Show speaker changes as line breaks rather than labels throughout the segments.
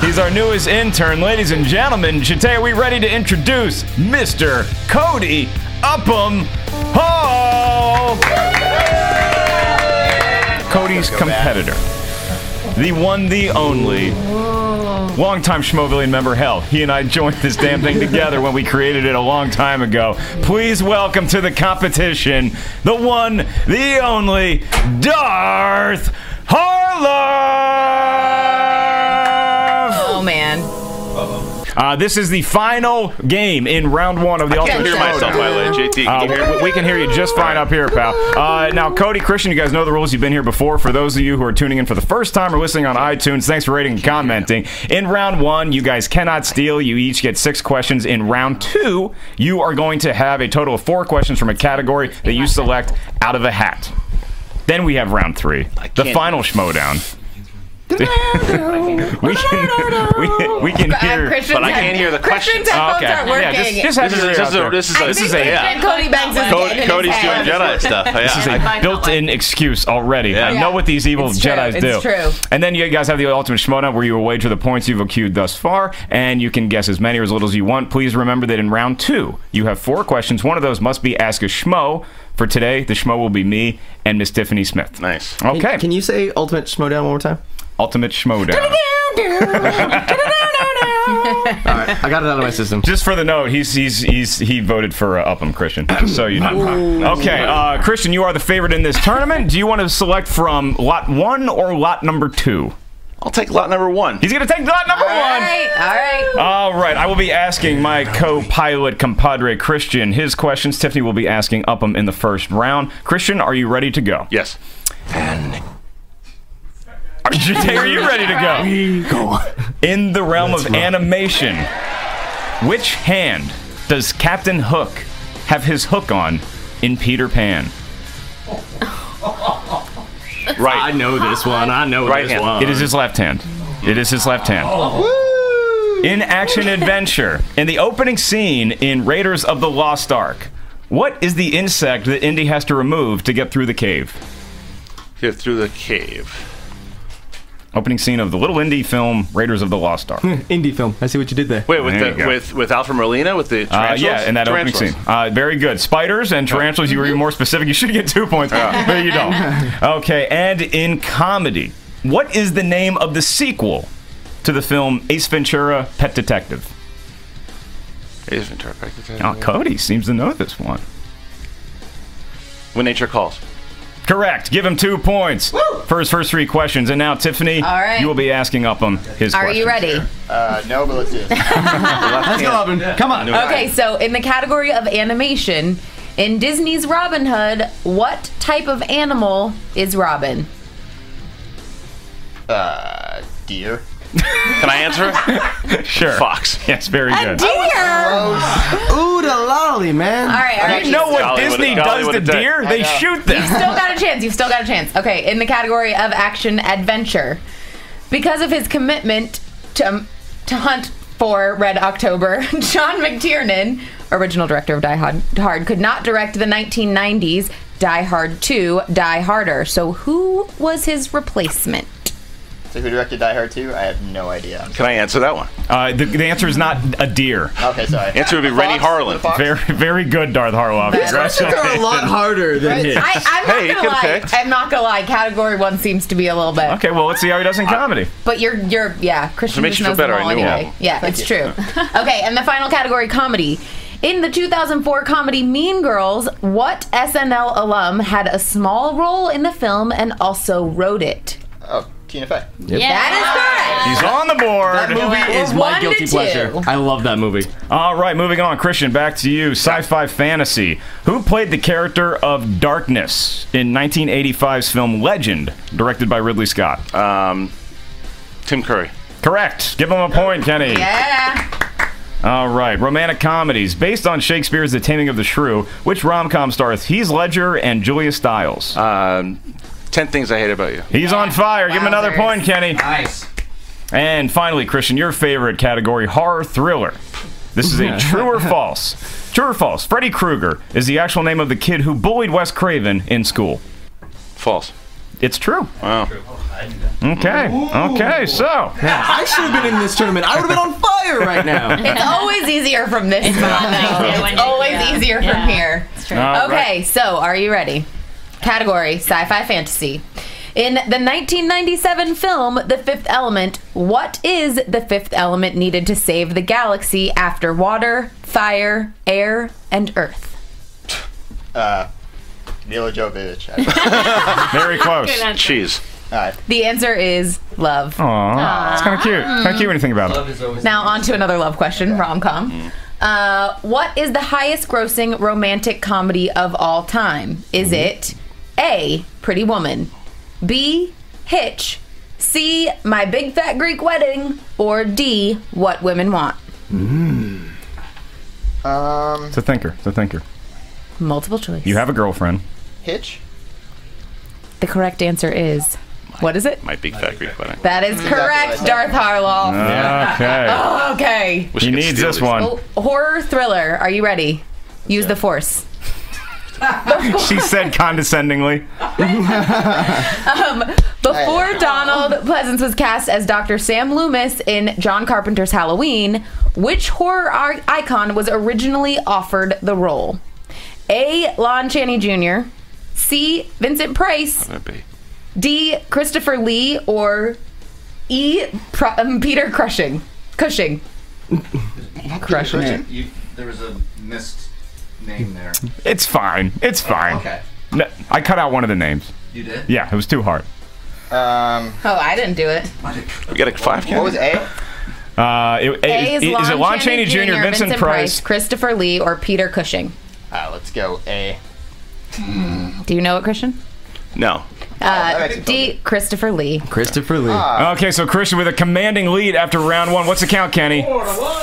He's our newest intern. Ladies and gentlemen, Shatay, are we ready to introduce Mr. Cody Upham Hall? Cody's competitor. The one, the only, longtime Schmovillian member. Hell, he and I joined this damn thing together when we created it a long time ago. Please welcome to the competition the one, the only, Darth Harlow.
Oh man.
Uh, this is the final game in round one of the
I
Ultimate
can hear
Showdown.
myself, by the way. JT, can
Uh,
you hear me?
we- we can hear you just fine up here, pal. Uh, now, Cody, Christian, you guys know the rules. You've been here before. For those of you who are tuning in for the first time or listening on iTunes, thanks for rating and commenting. In round one, you guys cannot steal. You each get six questions. In round two, you are going to have a total of four questions from a category that you select out of a hat. Then we have round three, the
can't-
final schmodown. we can, we, we can hear.
Christian's
But I can't
head-
hear the
Christian's
questions.
headphones aren't working.
Oh, Yeah, just, just have
This
your
is-
ear
this
out
is a-
there.
this is
this
a- I
is
think
a
that-
And Cody Banks is
Cody,
getting in
Cody's
his
doing
head.
Jedi stuff. Yeah,
This is
I-
a built-in excuse already.
Yeah.
I know what these evil
It's true,
Jedi's
it's
do.
true.
And then you guys have the ultimate shmona, where you will wager the points you've accrued thus far, and you can guess as many or as little as you want. Please remember that in round two, you have four questions. One of those must be ask a schmo. For today, the schmo will be me and Miss Tiffany Smith.
Nice.
Okay.
Can, can you say Ultimate Schmodown one more time?
ultimate schmo down.
All right, I got it out of my system.
Just for the note, he's he's he's he voted for uh, Upham Christian. Just so you know. Okay, uh, Christian, you are the favorite in this tournament. Do you want to select from lot one or lot number two?
I'll take lot number one.
He's gonna take lot number
All
one.
right, all right.
All right, I will be asking my co-pilot compadre Christian his questions. Tiffany will be asking Upham in the first round. Christian, are you ready to go?
Yes.
Are you, are you ready to go? In the realm of animation, which hand does Captain Hook have his hook on in Peter Pan?
I know this one. I know
Right
this
hand.
one. Oh.
It is his left hand. It is his left hand. In action adventure, in the opening scene in Raiders of the Lost Ark, what is the insect that Indy has to remove to get through the cave?
Get through the cave.
Opening scene of the little Indy film Raiders of the Lost Ark.
indie film. I see what you did there.
Wait, with
There you
the
go.
with with Alfred Molina with the
Uh,
tarantulas?
yeah, in that opening
Tarantulas. Mm-hmm.
scene. Uh, very good. Spiders and tarantulas. You were even more specific. You should get two points, but you don't. Okay, and in comedy, what is the name of the sequel to the film Ace Ventura: Pet Detective?
Ace Ventura, Pet Detective.
Now, Cody seems to know this one.
When nature calls.
Correct. Give him two points for his first three questions. And now, Tiffany,
All right.
you will be asking Upham his
Are
questions.
you ready?
Uh, no, but let's do it.
Let's go, Robin. Come on.
Okay, so in the category of animation, in Disney's Robin Hood, what type of animal is Robin?
Uh, deer.
Can I answer?
Sure.
Fox.
Yes, very good.
Deer.
Ooh, the lolly, man.
All right, all right.
You know what
Dolly would've-
Disney
Dolly
does to
would've done it.
deer? They shoot them.
You've still got a chance. You've still got a chance. Okay, in the category of action adventure, because of his commitment to um, to hunt for Red October, John McTiernan, original director of Die Hard- Hard, could not direct the 1990s Die Hard 2, Die Harder. So who was his replacement?
So who directed Die Hard 2? I have no idea.
Can I answer that one?
Uh, the, the answer is not a deer.
Oh.
Okay, sorry.
Answer would be
Fox?
Rennie Harlan.
The Fox?
Very, very good, Darth Harloff.
These questions
They're a lot harder than his.
I, I'm
Hey, you
not
could
gonna lie.
pick.
I'm not gonna lie. Category one seems to be a little bit,
Okay, well, let's see how he does in comedy.
but you're you're yeah. Christian
makes
just
you feel
knows them
better, I
all
knew all
anyway.
of them.
Yeah, it's true. okay, and the final category, comedy. In the 2004 comedy Mean Girls, what SNL alum had a small role in the film and also wrote it?
Oh, Tina Fey.
That
He's on the
that
board.
movie is
We're
my
one to
guilty
two.
pleasure. I love that movie.
All right, moving on. Christian, back to you. Sci-fi fantasy. Who played the character of Darkness in 1985's film Legend, directed by Ridley Scott?
Um, Tim Curry.
Correct. Give him a point, Kenny.
is correct.
All right. Romantic comedies based on Shakespeare's The Taming of the Shrew. Which rom-com stars Heath Ledger and Julia Stiles?
Um, Ten things I hate about you.
He's on fire. Give him another
Wowzers.
point, Kenny.
Nice.
And finally, Christian, your favorite category horror thriller. This is a true or false. True or false, Freddy Krueger is the actual name of the kid who bullied Wes Craven in school.
False.
It's true.
Wow.
Okay. Okay. So
I should have been in this tournament. I would have been on fire right now.
It's always easier from this spot, though.
Yeah,
It's always
yeah.
easier from
Yeah.
here.
All
okay,
right.
so are you ready? Category sci fi fantasy. In the 1997 film The Fifth Element, what is the fifth element needed to save the galaxy after water, fire, air, and earth?
Uh, Mila Jovovich. I-
very close. Aw,
Cheese.
Alright.
The answer is love.
it's kind of cute. Kind of cute when you think about it.
Now, on to another love question rom
Mm-hmm.
com. Uh, what is the highest grossing romantic comedy of all time? Is
Mm-hmm.
it A, Pretty Woman, B, Hitch, C, My Big Fat Greek Wedding, or D, What Women Want?
Um,
It's a thinker. It's a thinker.
Multiple choice.
You have a girlfriend.
Hitch.
the correct answer is what is it?
My big fat Greek wedding.
That is correct,
Exactly.
Darth Harlow.
Okay.
Okay.
Wish
He
I could
needs
steal
this
these.
one.
Oh, horror thriller. Are you ready? Use the force.
She said condescendingly.
Before Donald Pleasance was cast as Dr. Sam Loomis in John Carpenter's Halloween, which horror ar- icon was originally offered the role? A. Lon Chaney Jr., C. Vincent Price,
That'd be-
D. Christopher Lee, or E. Pro- um, Peter Crushing. Cushing.
Crushing
Christian, you, there was a missed name there.
It's fine. It's fine.
Okay.
No, I cut out one of the names.
You did?
Yeah, it was too hard.
Um,
Oh, I didn't do it.
We got a five
what was
count.
A?
Uh, it,
A
is,
is,
it Lon Chaney Jr., Vincent, Price?
Christopher Lee, or Peter Cushing.
Uh, let's go A.
Do you know it, Christian?
No.
that
Uh,
makes it
D. Christopher Lee.
Christopher Lee.
Ah.
Okay, so Christian with a commanding lead after round one. What's the count, Kenny?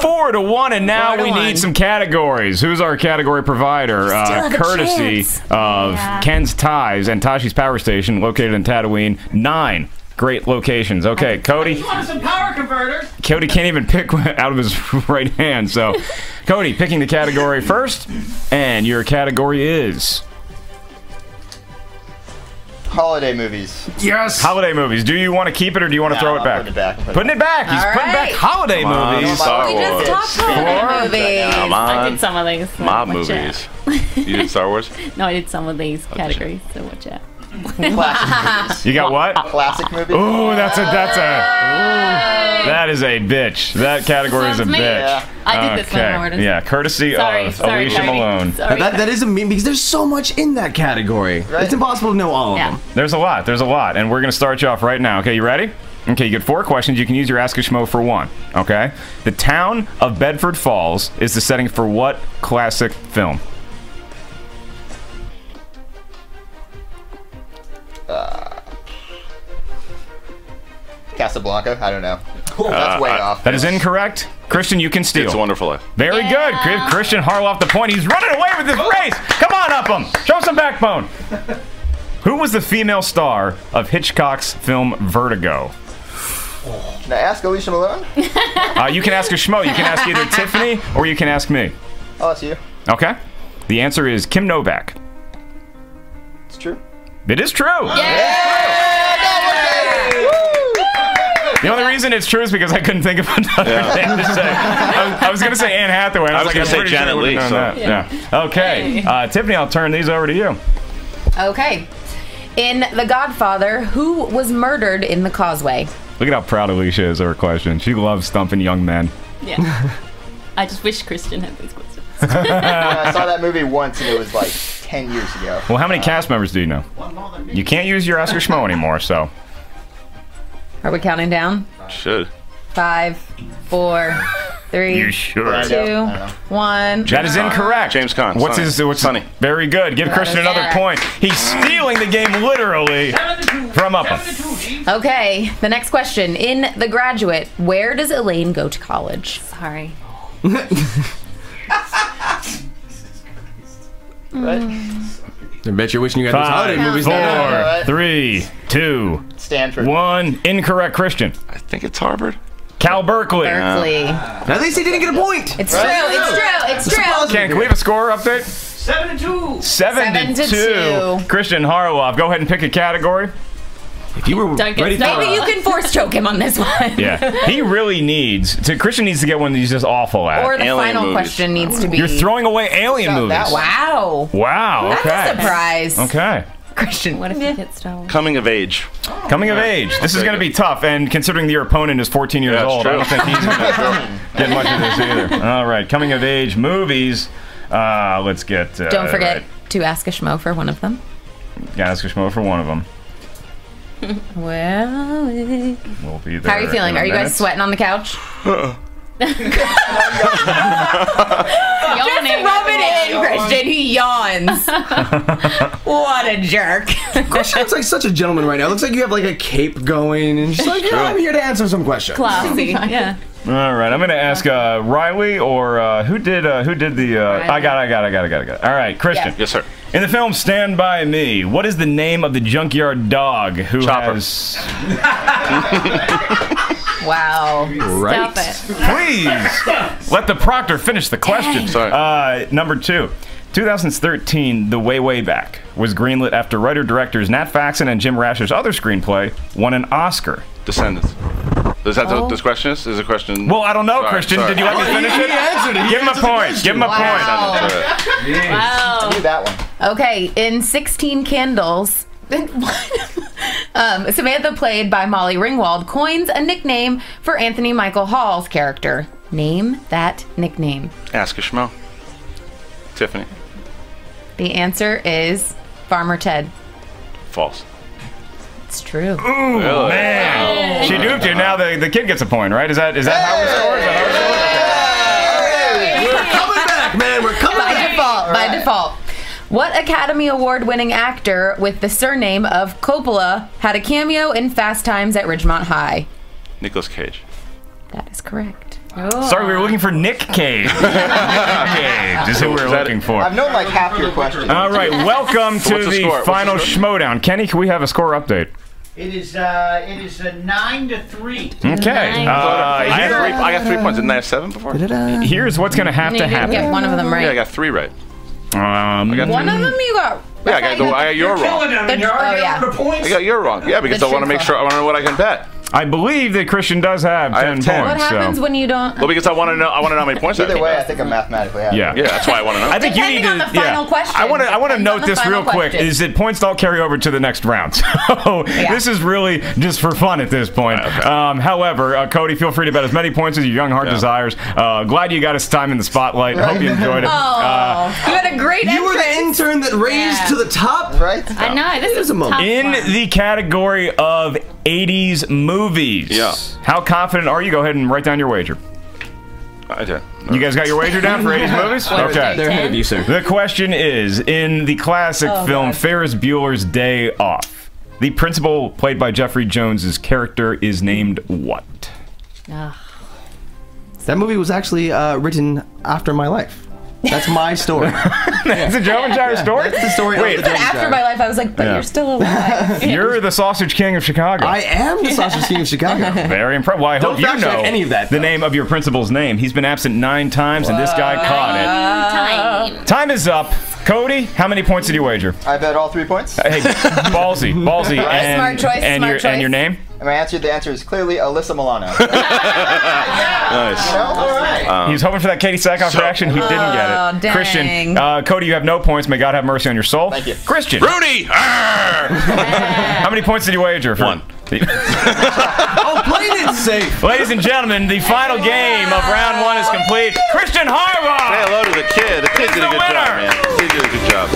Four to one. and now
Four to
we
one.
need some categories. Who's our category provider? Uh,
still have a
courtesy
chance.
of Ken's Ties and Tashi's Power Station, located in Tatooine. Nine great locations. Okay, Cody. Cody can't even pick one out of his right hand. So, Cody picking the category first, and your category is
Holiday movies.
yes. Holiday movies. Do you want to keep it or do you want to
No,
throw it
I'll
back?
put it back. I'll put it
Putting it back. He's
All
putting back
right.
holiday
Come on,
movies.
Star
We just
Wars.
talked holiday
Four?
movies.
Come
I
Um,
on.
did some of these. so
My
watch out.
movies. You did Star Wars?
No, I did some of these categories, so watch out.
Classic movies.
You got what?
Classic movies.
Ooh, that's a that's a that is a bitch. That category is a
Sounds me.
bitch.
Yeah.
I did this one, Howard.
Yeah, courtesy
Sorry,
of
sorry,
Alicia
Cardi.
Malone.
Sorry.
that, that is a meme because there's so much in that category.
Right.
It's impossible to know all of
Yeah.
them.
There's a lot. There's a lot, and we're gonna start you off right now. Okay, you ready? Okay, you get four questions. You can use your Ask a Schmo for one. Okay. The town of Bedford Falls is the setting for what classic film?
Casablanca. I don't know. That's way off.
That is incorrect. Christian, you can steal.
It's a Wonderful Life.
Very good. Give Christian Harloff the point. He's running away with this race. Come on, Upham. Show him some backbone. Who was the female star of Hitchcock's film Vertigo?
Can I ask Alicia Malone?
Uh, you can ask a schmo. You can ask either Tiffany or you can ask me.
Oh, that's you.
Okay? The answer is Kim Novak.
It's true.
It is true. The only reason it's true is because I couldn't think of another thing to say. I was, I was going to say Anne Hathaway. and I
I was
going
gonna
to
say Janet Leigh, so-
That. Yeah. Okay. Uh, Tiffany, I'll turn these over to you.
Okay. In The Godfather, who was murdered in the causeway?
Look at how proud Alicia is of her question. She loves stumping young men.
Yeah. I just wish Christian had these questions.
I saw that movie once, and it was like ten years ago.
Well, how many cast members do you know? You can't use your Oscar Schmo anymore, so.
Are we counting down?
Should.
Five, four, three,
sure?
I
two,
don't know.
one.
That is incorrect.
James Caan.
What's
Sonny.
his? What's
Sonny.
Very good. Give Christian
is
another
correct.
point. He's stealing the game literally from up.
Okay, the next question. In The Graduate, where does Elaine go to college?
Sorry.
I bet you're wishing you had those holiday
Five,
movies. now.
four, three, two,
Stanford.
one. Incorrect, Christian.
I think it's Harvard.
Cal Berkeley.
Berkeley.
At least he didn't get a point.
It's true, it's true, it's true.
Ken, can we have Uh, a score update? Seven to two. Seven,
Seven to two.
Christian Harloff, go ahead and pick a category. If you were
Don't get
ready
started.
for
Maybe you can force choke him on this one.
Yeah, he really needs to. Christian needs to get one that he's just awful at.
Or the
Alien
final
movies.
question needs to be.
You're throwing away alien
Not
movies.
that one.
Wow.
Wow. Okay.
That's a surprise.
Okay.
Christian.
What if you get stolen?
Coming of age.
Coming of age. This is
Very
going to be
good.
tough, and considering your opponent is 14 years
That's
old, I
true.
don't think he's going to get much of this either. All right, coming of age movies. Uh, let's get. Uh,
Don't forget
Right.
to ask a schmo for one of them.
Yeah, ask Schmo for one of them.
Well,
We'll be there.
how are you feeling?
in a
Are you guys
minute.
sweating on the couch?
Yawning.
Rub it in, Christian. He yawns. what a jerk.
Christian looks like such a gentleman right now. Looks like you have like a cape going, and she's like, yeah, I'm here to answer some questions.
Classy. Yeah.
All right, I'm going to ask uh, Riley or uh, who did uh, who did the. Uh, I got, I got, I got, I got, I got. All right, Christian.
Yes, sir.
In the film Stand By Me, what is the name of the junkyard dog who
Chopper.
has.
Wow.
Right?
Stop it.
Please let the proctor finish the question.
Sorry.
Uh, number two. 2013, The Way Way Back was greenlit after writer-directors Nat Faxon and Jim Rasher's other screenplay won an Oscar.
Descendants. Is that what this question is? Is a question?
Well, I don't know,
Sorry,
Christian.
sorry.
Did you let me
Oh, He, he
finish it?
answered it. He
Give him a
answered the
point.
question.
Give him a point.
Wow.
Sorry.
Wow.
Do that one.
Okay, in 16 Candles, um, Samantha, played by Molly Ringwald, coins a nickname for Anthony Michael Hall's character. Name that nickname.
Ask a schmo. Tiffany.
The answer is Farmer Ted.
False.
It's true.
Really?
Man, she duped you. Now the, the kid gets a point, right? Is that is that how it scores? Is that how it scores?
We're coming back, man. We're coming
By
back.
default, by default. What Academy Award winning actor with the surname of Coppola had a cameo in Fast Times at Ridgemont High?
Nicholas Cage.
That is correct.
Sorry, we were looking for Nick Cage. Nick Cage is who we were
Is that-
looking for.
I've known like half your questions.
All right, welcome to
What's the
the
score? What's the
final schmodown. Kenny, can we have a score update?
It is uh, it is a nine to three.
Okay.
Nice.
Uh,
I, had
here-
three, I got three points. Didn't I have seven before?
here's what's going to have to
you didn't get
happen.
one of them
Yeah, I
right.
got three right.
Um,
I got
one
three.
of them you got.
Yeah, I got the, I, you're wrong.
them.
You're already oh, yeah. out of
points.
I got you're wrong. Yeah, because
The
I want to make
truthful.
sure I want to know what I can bet.
I believe that Christian does have
I
10
have 10.
What
points. so-
happens when you don't?
Well, because I want to know. I want to know how many points. I
Either
can
way, I
bet.
think I'm mathematically out.
yeah.
Yeah, that's why I want to know.
I think you
Depending
need to.
on the final
yeah.
question.
I want to. I want to
Depends on
note
the
this
final
real quick:
question.
is that points don't carry over to the next round. So this is really just for fun at this point. Um, however, uh, Cody, feel free to bet as many points as your young heart desires. Uh, glad you got us time in the spotlight. Hope you enjoyed it.
Oh, you had a great
You were the
entrance.
intern that raised
Yeah.
to the top.
Right?
I know. This
There's
is
a moment.
tough
In
one.
the category of 80s movies,
Yeah.
how confident are you? Go ahead and write down your wager.
I did.
You guys got your wager down for 80s movies?
They're
Okay.
ahead of you, sir.
The question is in the classic
Oh,
film Ferris Bueller's Day Off, the principal played by Jeffrey Jones's character is named what?
That movie was actually uh, written after my life. That's my story.
It's a Joe and Gyre story?
That's the story.
Wait.
of the Jones
After
Drive.
my life, I was like, but
Yeah.
you're still alive.
You're the sausage king of Chicago.
I am the sausage king of Chicago.
Very impressive. Well, I
Don't
hope you
fact check
know
any of that,
the
though.
name of your principal's name. He's been absent nine times, and this guy caught
time.
it. Time is up. Cody, how many points did you wager?
I bet all three points.
Hey, ballsy, ballsy, and,
Smart choice,
and
smart
your and
choice.
your name.
And my answer, the answer is clearly Alyssa Milano. So,
Nice.
all right.
he was hoping for that Katie Sackhoff reaction. He didn't get it.
Oh, dang.
Christian, uh, Cody, you have no points. May God have mercy on your soul.
Thank you.
Christian,
Rooney. Arr!
how many points did you wager? For
One.
oh, playing it safe.
Ladies and gentlemen, the final game of round one is complete. Christian
Say
Harbaugh.
hello to the kid. The kid
He's
did
the
a good
winner.
job, man. The kid did a good job.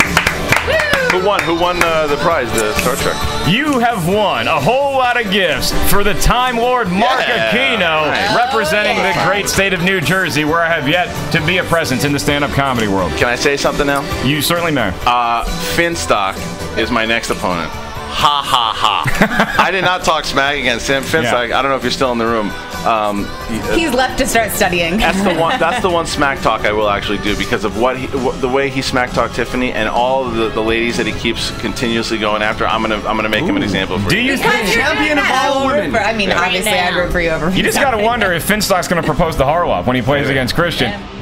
Who won? Who won uh, the prize? The Star Trek.
You have won a whole lot of gifts for the Time Lord Mark
Yeah.
Aquino,
Oh,
representing the great state of New Jersey, where I have yet to be a presence in the stand-up comedy world.
Can I say something now?
You certainly may.
Uh, Finstock is my next opponent. Ha ha ha! I did not talk smack against him. Finstock. I don't know if you're still in the room. Um,
He's left to start studying.
That's the one. That's the one smack talk I will actually do because of what he, wh- the way he smack talked Tiffany and all of the, the ladies that he keeps continuously going after. I'm gonna I'm gonna make him an example for
Do you think
Champion of
I
all
will root
women.
for, I mean, obviously, I
now.
root for you over.
You just gotta wonder if Finstock's gonna propose to Harloff when he plays against Christian.